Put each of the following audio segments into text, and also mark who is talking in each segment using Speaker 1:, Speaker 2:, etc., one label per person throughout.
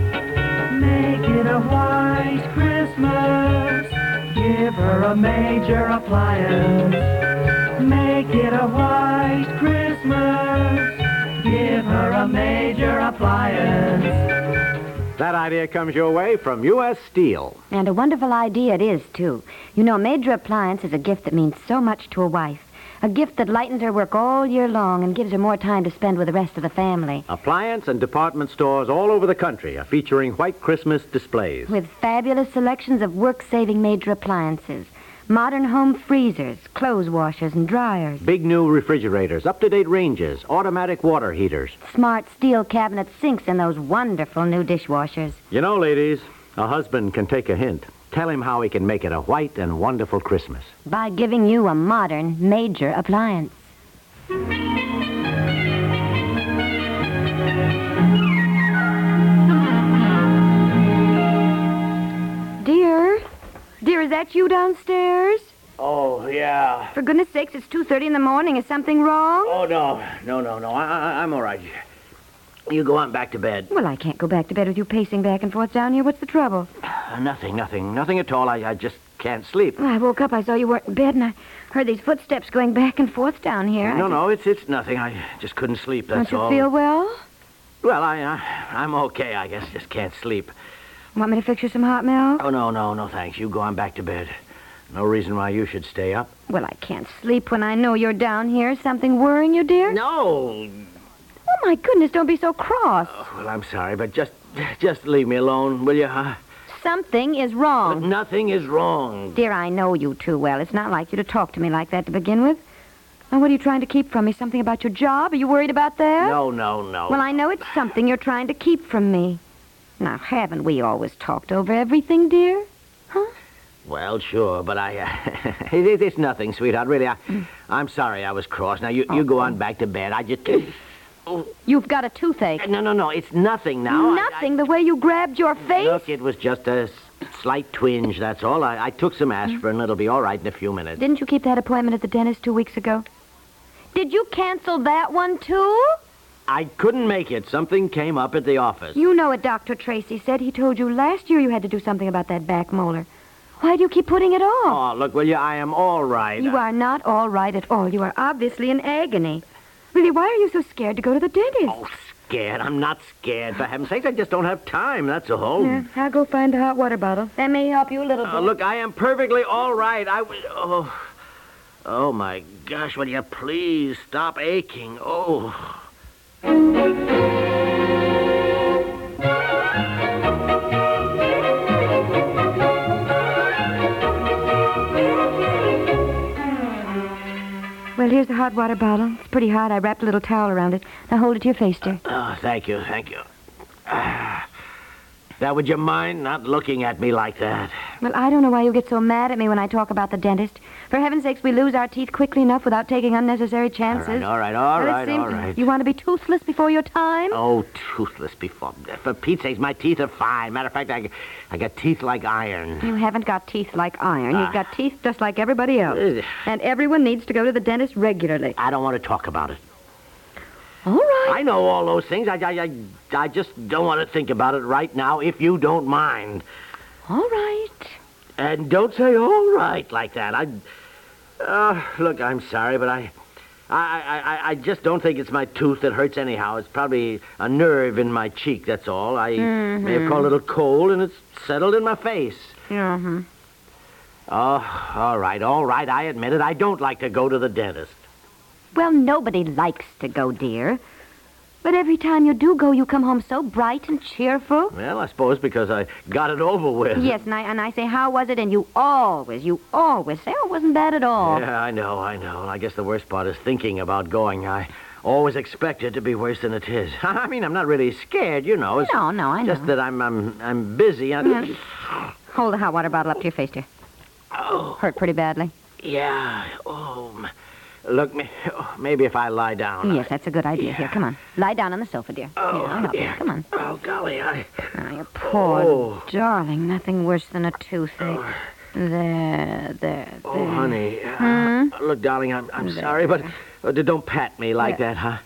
Speaker 1: Make it a white Christmas. Give her a major appliance. Make it a white Christmas. Give her a major appliance.
Speaker 2: That idea comes your way from U.S. Steel.
Speaker 3: And a wonderful idea it is, too. You know, major appliance is a gift that means so much to a wife. A gift that lightens her work all year long and gives her more time to spend with the rest of the family.
Speaker 2: Appliance and department stores all over the country are featuring white Christmas displays.
Speaker 3: With fabulous selections of work-saving major appliances. Modern home freezers, clothes washers and dryers,
Speaker 2: Big new refrigerators, up-to-date ranges, automatic water heaters.
Speaker 3: smart steel cabinet sinks, and those wonderful new dishwashers.
Speaker 2: You know, ladies, a husband can take a hint. Tell him how he can make it a white and wonderful Christmas.
Speaker 3: By giving you a modern major appliance. Dear? Dear, is that you downstairs?
Speaker 2: Oh, yeah.
Speaker 3: For goodness sakes, it's 2.30 in the morning. Is something wrong?
Speaker 2: Oh, no. No, no, no. I, I, I'm all right. You go on back to bed.
Speaker 3: Well, I can't go back to bed with you pacing back and forth down here. What's the trouble?
Speaker 2: Uh, Nothing, nothing. Nothing at all. I, I just can't sleep.
Speaker 3: Well, I woke up, I saw you weren't in bed, and I heard these footsteps going back and forth down here.
Speaker 2: No,
Speaker 3: I,
Speaker 2: no, it's it's nothing. I just couldn't sleep,
Speaker 3: Don't
Speaker 2: that's
Speaker 3: you
Speaker 2: all.
Speaker 3: feel well?
Speaker 2: Well, I, I, I'm okay, I guess. Just can't sleep.
Speaker 3: Want me to fix you some hot milk?
Speaker 2: Oh, no, no, no, thanks. You go on back to bed. No reason why you should stay up.
Speaker 3: Well, I can't sleep when I know you're down here. Is Something worrying you, dear?
Speaker 2: No.
Speaker 3: Oh, my goodness, don't be so cross.
Speaker 2: Well, I'm sorry, but just just leave me alone, will you? Huh?
Speaker 3: Something is wrong.
Speaker 2: Nothing is wrong.
Speaker 3: Dear, I know you too well. It's not like you to talk to me like that to begin with. Now, what are you trying to keep from me? Something about your job? Are you worried about that?
Speaker 2: No, no, no.
Speaker 3: Well, I know it's something you're trying to keep from me. Now, haven't we always talked over everything, dear?
Speaker 2: Well, sure, but I. Uh, it, it- it's nothing, sweetheart. Really, I, I'm sorry I was cross. Now, you, you go on back to bed. I just.
Speaker 3: You've got a toothache.
Speaker 2: No, no, no. It's nothing now. I- I-
Speaker 3: Nothing. The way you grabbed your face.
Speaker 2: Look, it was just a s- slight twinge, that's all. I, I took some aspirin. It'll be all right in a few minutes.
Speaker 3: Didn't you keep that appointment at the dentist two weeks ago? Did you cancel that one, too?
Speaker 2: I couldn't make it. Something came up at the office.
Speaker 3: You know what Dr. Tracy said. He told you last year you had to do something about that back molar. Why do you keep putting it off?
Speaker 2: Oh, look, will you? I am all right.
Speaker 3: you are not all right at all. You are obviously in agony. Really, why are you so scared to go to the dentist?
Speaker 2: Oh, scared. I'm not scared. For heaven's sakes, I just don't have time, that's all.
Speaker 3: Yeah, I'll go find a hot water bottle. That may help you a little bit.
Speaker 2: Uh, look, I am perfectly all right. I was. Oh. Oh, my gosh, will you please stop aching? Oh.
Speaker 3: Well, here's the hot water bottle. It's pretty hot. I wrapped a little towel around it. Now hold it to your face, dear.
Speaker 2: oh thank you, thank you. Ah. Now, would you mind not looking at me like that?
Speaker 3: Well, I don't know why you get so mad at me when I talk about the dentist. For heaven's sakes, we lose our teeth quickly enough without taking unnecessary
Speaker 2: All
Speaker 3: chances.
Speaker 2: right, all right, all
Speaker 3: Well, it
Speaker 2: right,
Speaker 3: seems-
Speaker 2: all right.
Speaker 3: You want to be toothless before your time?
Speaker 2: Oh, toothless before. For Pete's sakes, my teeth are fine. Matter of fact, I, I got teeth like iron.
Speaker 3: You haven't got teeth like iron.
Speaker 2: Ah.
Speaker 3: You've got teeth just like everybody else.
Speaker 2: Ugh.
Speaker 3: And everyone needs to go to the dentist regularly.
Speaker 2: I don't want to talk about it.
Speaker 3: All right.
Speaker 2: I know all those things. I, I, I, I just don't want to think about it right now, if you don't mind.
Speaker 3: All right.
Speaker 2: And don't say all right like that. I. Uh, look, I'm sorry, but I. I, I, I- I just don't think it's my tooth that hurts anyhow. It's probably a nerve in my cheek, that's all. I may have caught a little cold, and it's settled in my face.
Speaker 3: Mm-hmm.
Speaker 2: Oh, all right, all right. I admit it. I don't like to go to the dentist.
Speaker 3: Well, nobody likes to go, dear. But every time you do go, you come home so bright and cheerful.
Speaker 2: Well, I suppose because I got it over with.
Speaker 3: Yes, and I, and I say, how was it? And you always, you always say, oh, it wasn't bad at all.
Speaker 2: Yeah, I know, I know. I guess the worst part is thinking about going. I, always expect it to be worse than it is. I mean, I'm not really scared, you know. It's
Speaker 3: No, no, I know.
Speaker 2: just that I'm I'm I'm busy. I...
Speaker 3: Yeah. Hold the hot water bottle up to your face, dear.
Speaker 2: Oh,
Speaker 3: Hurt pretty badly.
Speaker 2: yeah. Oh, m- look, ma- oh, maybe if I lie down.
Speaker 3: Yes, that's a good idea. Here, come on. Lie down on the sofa, dear.
Speaker 2: Oh,
Speaker 3: Here, I'll help you.
Speaker 2: yeah.
Speaker 3: Come on.
Speaker 2: Oh, golly, I.
Speaker 3: Oh, you poor
Speaker 2: Oh.
Speaker 3: darling. Nothing worse than a toothache. There, there,
Speaker 2: Oh,
Speaker 3: there.
Speaker 2: honey. uh,
Speaker 3: Mm-hmm.
Speaker 2: Look, darling, I'm I'm sorry, but uh, d- don't pat me like that, huh?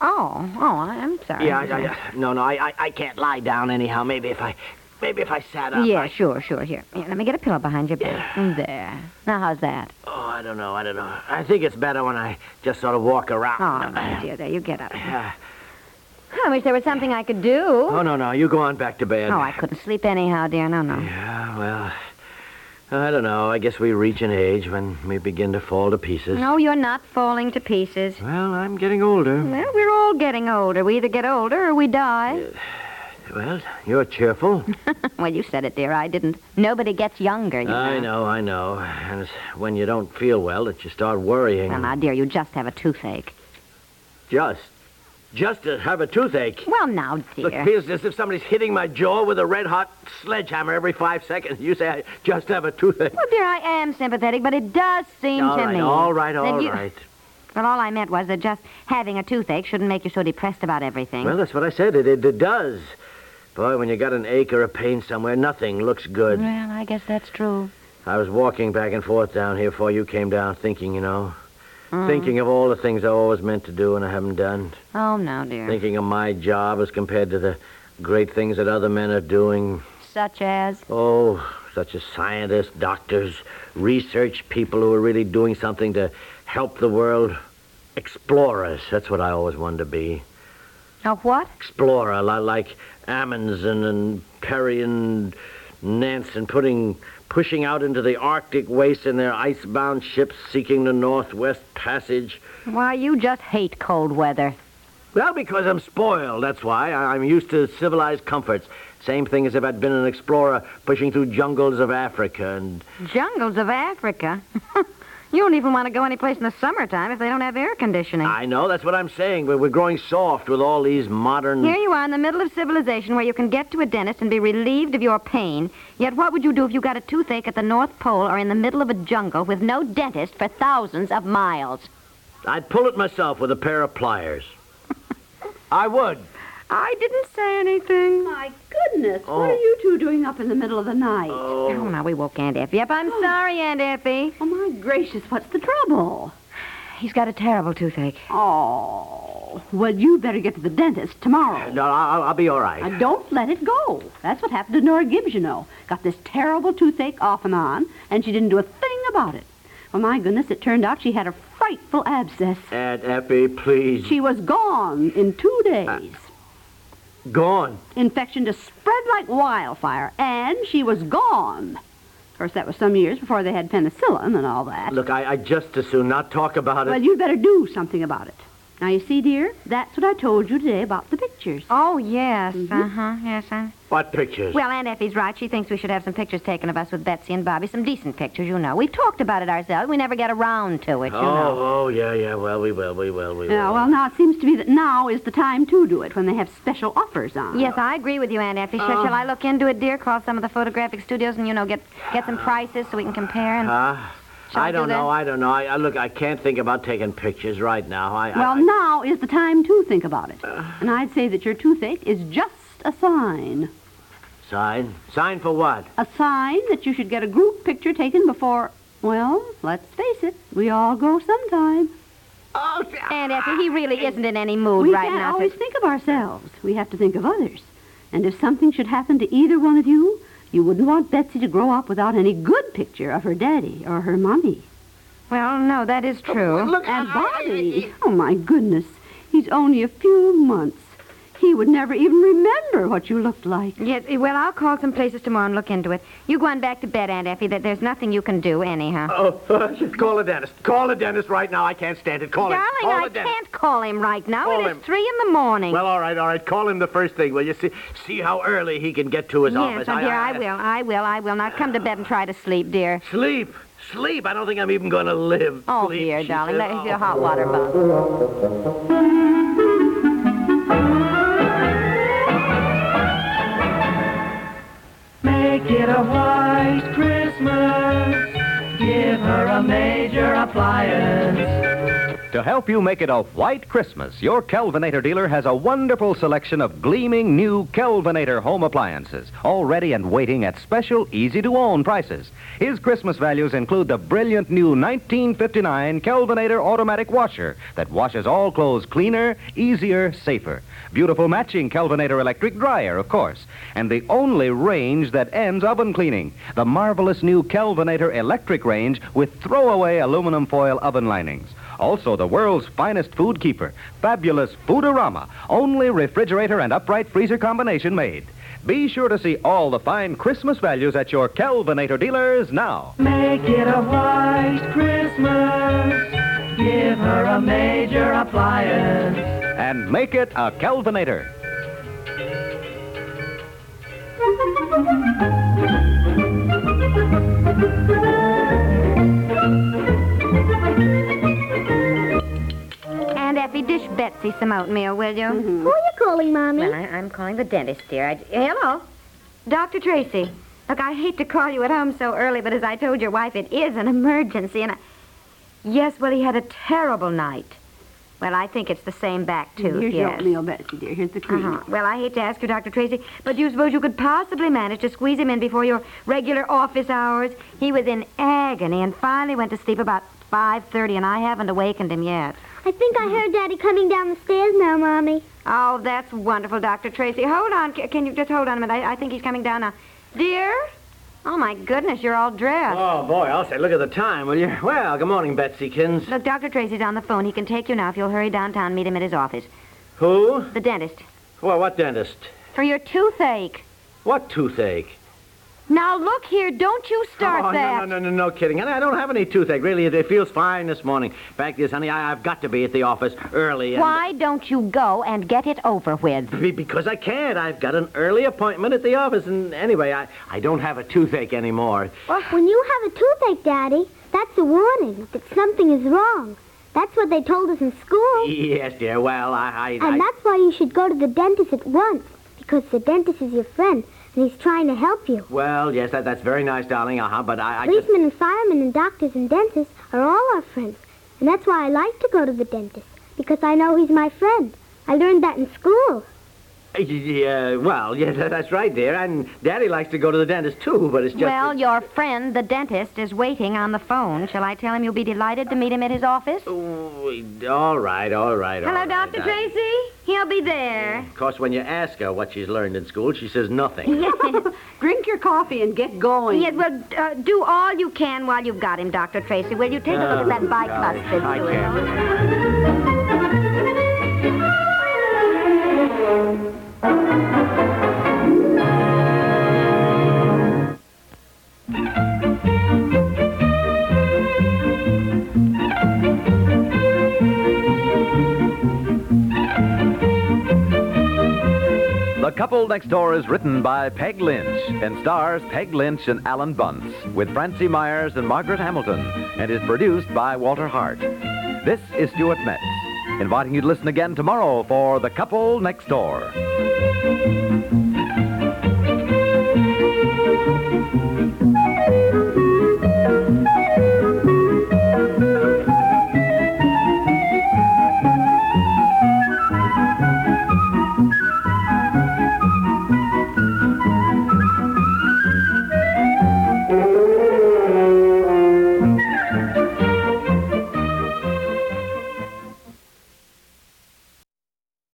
Speaker 3: Oh, oh, I- I'm sorry.
Speaker 2: Yeah, I, I, uh, no, no, I, I I can't lie down anyhow. Maybe if I, maybe if I sat up.
Speaker 3: Yeah,
Speaker 2: I-
Speaker 3: sure, sure. Here, Here, let me get a pillow behind your back. There. Now, how's that?
Speaker 2: oh, I don't know, I don't know. I think it's better when I just sort of walk around.
Speaker 3: Oh, my dear, there you get up.
Speaker 2: Uh,
Speaker 3: I wish there was something I could do.
Speaker 2: oh no, no, you go on back to bed.
Speaker 3: Oh, I couldn't sleep anyhow, dear. No, no.
Speaker 2: Yeah, well, I don't know. I guess we reach an age when we begin to fall to pieces.
Speaker 3: No, you're not falling to pieces.
Speaker 2: Well, I'm getting older.
Speaker 3: Well, we're all getting older. We either get older or we die.
Speaker 2: Well, you're cheerful.
Speaker 3: Well, you said it, dear. I didn't. Nobody gets younger, you
Speaker 2: I know, I know. And it's when you don't feel well that you start worrying.
Speaker 3: Well, now, dear, you just have a toothache.
Speaker 2: Just, just to have a toothache.
Speaker 3: Well, now, dear.
Speaker 2: Look, it feels as if somebody's hitting my jaw with a red hot sledgehammer every five seconds. You say I just have a toothache.
Speaker 3: Well, dear, I am sympathetic, but it does seem
Speaker 2: All
Speaker 3: to
Speaker 2: right,
Speaker 3: me.
Speaker 2: all right, all
Speaker 3: that
Speaker 2: right.
Speaker 3: you- Well, all I meant was that just having a toothache shouldn't make you so depressed about everything.
Speaker 2: Well, that's what I said. It, it, it does. Boy, when you got an ache or a pain somewhere, nothing looks good.
Speaker 3: Well, I guess that's true.
Speaker 2: I was walking back and forth down here before you came down, thinking, you know, thinking of all the things I always meant to do and I haven't done.
Speaker 3: Oh, no, dear.
Speaker 2: Thinking of my job as compared to the great things that other men are doing.
Speaker 3: Such as?
Speaker 2: Oh, such as scientists, doctors, research people who are really doing something to help the world. Explorers. That's what I always wanted to be.
Speaker 3: A what?
Speaker 2: Explorer, li- like Amundsen and Perry and Nansen, putting, pushing out into the Arctic waste in their ice-bound ships, seeking the Northwest Passage.
Speaker 3: Why, you just hate cold weather.
Speaker 2: Well, because I'm spoiled, that's why. I- I'm used to civilized comforts. Same thing as if I'd been an explorer pushing through jungles of Africa and
Speaker 3: Jungles of Africa? you don't even want to go anyplace in the summertime if they don't have air conditioning.
Speaker 2: I know, that's what I'm saying. We're, we're growing soft with all these modern.
Speaker 3: Here you are in the middle of civilization where you can get to a dentist and be relieved of your pain. Yet what would you do if you got a toothache at the North Pole or in the middle of a jungle with no dentist for thousands of miles?
Speaker 2: I'd pull it myself with a pair of pliers. I would.
Speaker 3: I didn't say anything.
Speaker 4: My goodness, what are you two doing up in the middle of the night?
Speaker 3: Oh, now we woke Aunt Effie up. I'm sorry, Aunt Effie.
Speaker 4: Oh, my gracious, what's the trouble?
Speaker 3: He's got a terrible toothache.
Speaker 4: Oh, well, you better get to the dentist tomorrow.
Speaker 2: No, I'll, I'll be all right.
Speaker 4: Now, don't let it go. That's what happened to Nora Gibbs, you know. Got this terrible toothache off and on, and she didn't do a thing about it. Well, my goodness, it turned out she had a frightful abscess.
Speaker 2: Aunt Effie, E, please.
Speaker 4: She was gone in two days.
Speaker 2: Gone.
Speaker 4: Infection just spread like wildfire, and she was gone. Of course, that was some years before they had penicillin and all that.
Speaker 2: Look, I, I just as soon not talk about it.
Speaker 4: Well, you'd better do something about it. Now, you see, dear, that's what I told you today about the pictures.
Speaker 3: Oh, yes. Uh-huh. Yes, I...
Speaker 2: What pictures?
Speaker 3: Well, Aunt Effie's right. She thinks we should have some pictures taken of us with Betsy and Bobby. Some decent pictures, you know. We've talked about it ourselves. We never get around to it, you know.
Speaker 2: oh, oh, yeah, yeah. Well, we will, we will, we will.
Speaker 4: Yeah, Uh, well, now it seems to be that now is the time to do it when they have special offers on.
Speaker 3: Yes, I agree with you, Aunt Effie.
Speaker 2: Oh.
Speaker 3: Shall, shall I look into it, dear? Call some of the photographic studios and, you know, get get some prices so we can compare. And shall
Speaker 2: I don't
Speaker 3: do that?
Speaker 2: know. I don't know. I, I look. I can't think about taking pictures right now. I.
Speaker 4: Well,
Speaker 2: I,
Speaker 4: now is the time to think about it.
Speaker 3: Uh.
Speaker 4: And I'd say that your toothache is just a sign.
Speaker 2: Sign. Sign for what?
Speaker 4: A sign that you should get a group picture taken before, well, let's face it, we all go sometime.
Speaker 2: Oh,
Speaker 3: Aunt Effie, he really isn't in any mood
Speaker 4: We
Speaker 3: right
Speaker 4: can't
Speaker 3: now.
Speaker 4: always think of ourselves. We have to think of others. And if something should happen to either one of you, you wouldn't want Betsy to grow up without any good picture of her daddy or her mommy.
Speaker 3: Well, no, that is true.
Speaker 2: Look,
Speaker 4: And Bobby, oh my goodness, he's only a few months. He would never even remember what you looked like.
Speaker 3: Yes, well, I'll call some places tomorrow and look into it. You go on back to bed, Aunt Effie. That there's nothing you can do, anyhow.
Speaker 2: Oh, call a dentist. Call a dentist right now. I can't stand it. Call
Speaker 3: Darling,
Speaker 2: him. Call
Speaker 3: I
Speaker 2: a dentist.
Speaker 3: can't call him right now.
Speaker 2: Call
Speaker 3: it is
Speaker 2: him.
Speaker 3: three in the morning.
Speaker 2: Well, all right, all right. Call him the first thing, will you? See, see how early he can get to his
Speaker 3: yes,
Speaker 2: office.
Speaker 3: oh, dear, I, will. I will. I will. Now come to bed and try to sleep, dear.
Speaker 2: Sleep. sleep. I don't think I'm even going to live.
Speaker 3: Oh,
Speaker 2: Sleep,
Speaker 3: dear,
Speaker 2: she
Speaker 3: darling.
Speaker 2: said.
Speaker 3: There's
Speaker 2: Oh.
Speaker 3: your hot water bottle.
Speaker 1: Make it a white Christmas. Give her a major appliance.
Speaker 5: To help you make it a white Christmas, your Kelvinator dealer has a wonderful selection of gleaming new Kelvinator home appliances, all ready and waiting at special, easy to own prices. His Christmas values include the brilliant new 1959 Kelvinator automatic washer that washes all clothes cleaner, easier, safer. Beautiful matching Kelvinator electric dryer, of course, and the only range that ends oven cleaning, the marvelous new Kelvinator electric range with throwaway aluminum foil oven linings. Also, the world's finest food keeper, fabulous Foodorama, only refrigerator and upright freezer combination made. Be sure to see all the fine Christmas values at your Kelvinator dealers now.
Speaker 1: Make it a white Christmas. Give her a major appliance.
Speaker 5: And make it a Kelvinator.
Speaker 3: And Effie, dish Betsy some oatmeal, will you?
Speaker 6: Mm-hmm. Who are you calling, Mommy?
Speaker 3: Well, I, I'm calling the dentist, dear. I, hello? Dr. Tracy. Look, I hate to call you at home so early, but as I told your wife, it is an emergency, and I... Yes, well, he had a terrible night. Well, I think it's the same back tooth,
Speaker 4: Here's your
Speaker 3: yes.
Speaker 4: oatmeal, Betsy, dear. Here's the cream.
Speaker 3: Uh-huh. Well, I hate to ask you, Dr. Tracy, but do you suppose you could possibly manage to squeeze him in before your regular office hours? He was in agony and finally went to sleep about 5.30, and I haven't awakened him yet.
Speaker 6: I think I heard Daddy coming down the stairs now, Mommy.
Speaker 3: Oh, that's wonderful, Dr. Tracy. Hold on. C- can you just hold on a minute? I, I think he's coming down now. Dear? Oh, my goodness, you're all dressed.
Speaker 2: Oh, boy, I'll say, look at the time, will you? Well, good morning, Betsykins.
Speaker 3: Look, Dr. Tracy's on the phone. He can take you now if you'll hurry downtown, meet him at his office.
Speaker 2: Who?
Speaker 3: The dentist.
Speaker 2: Well, what dentist?
Speaker 3: For your toothache.
Speaker 2: What toothache?
Speaker 3: Now, look here. Don't you start
Speaker 2: oh,
Speaker 3: that.
Speaker 2: No, no, no, no, no kidding. And I don't have any toothache. Really, it, it feels fine this morning. Fact is, honey, I, I've got to be at the office early. And
Speaker 3: Why don't you go and get it over with?
Speaker 2: Be- Because I can't. I've got an early appointment at the office. And anyway, I, I don't have a toothache anymore.
Speaker 6: When you have a toothache, Daddy, that's a warning that something is wrong. That's what they told us in school.
Speaker 2: Yes, dear. Well, I... I, I...
Speaker 6: And that's why you should go to the dentist at once, because the dentist is your friend, and he's trying to help you.
Speaker 2: Well, yes, that, that's very nice, darling. Uh-huh, but I, I just...
Speaker 6: Policemen and firemen and doctors and dentists are all our friends, and that's why I like to go to the dentist, because I know he's my friend. I learned that in school.
Speaker 2: Yeah, well, yes, that- that's right, dear. And Daddy likes to go to the dentist, too, but it's just...
Speaker 3: Well, your friend, the dentist, is waiting on the phone. Shall I tell him you'll be delighted to meet him at his office?
Speaker 2: Oh, all right, all right, all
Speaker 3: Hello,
Speaker 2: right.
Speaker 3: Dr.
Speaker 2: I-
Speaker 3: Tracy. He'll be there.
Speaker 2: Of course, when you ask her what she's learned in school, she says nothing.
Speaker 3: Yes.
Speaker 4: Drink your coffee and get going.
Speaker 3: Yes, well, d- uh, do all you can while you've got him, Dr. Tracy. Will you take a look at that biclustrid?
Speaker 2: Uh, I
Speaker 3: to
Speaker 2: can't.
Speaker 3: him?
Speaker 5: The Couple Next Door is written by Peg Lynch and stars Peg Lynch and Alan Bunce with Francie Myers and Margaret Hamilton and is produced by Walter Hart. This is Stuart Metz, inviting you to listen again tomorrow for The Couple Next Door.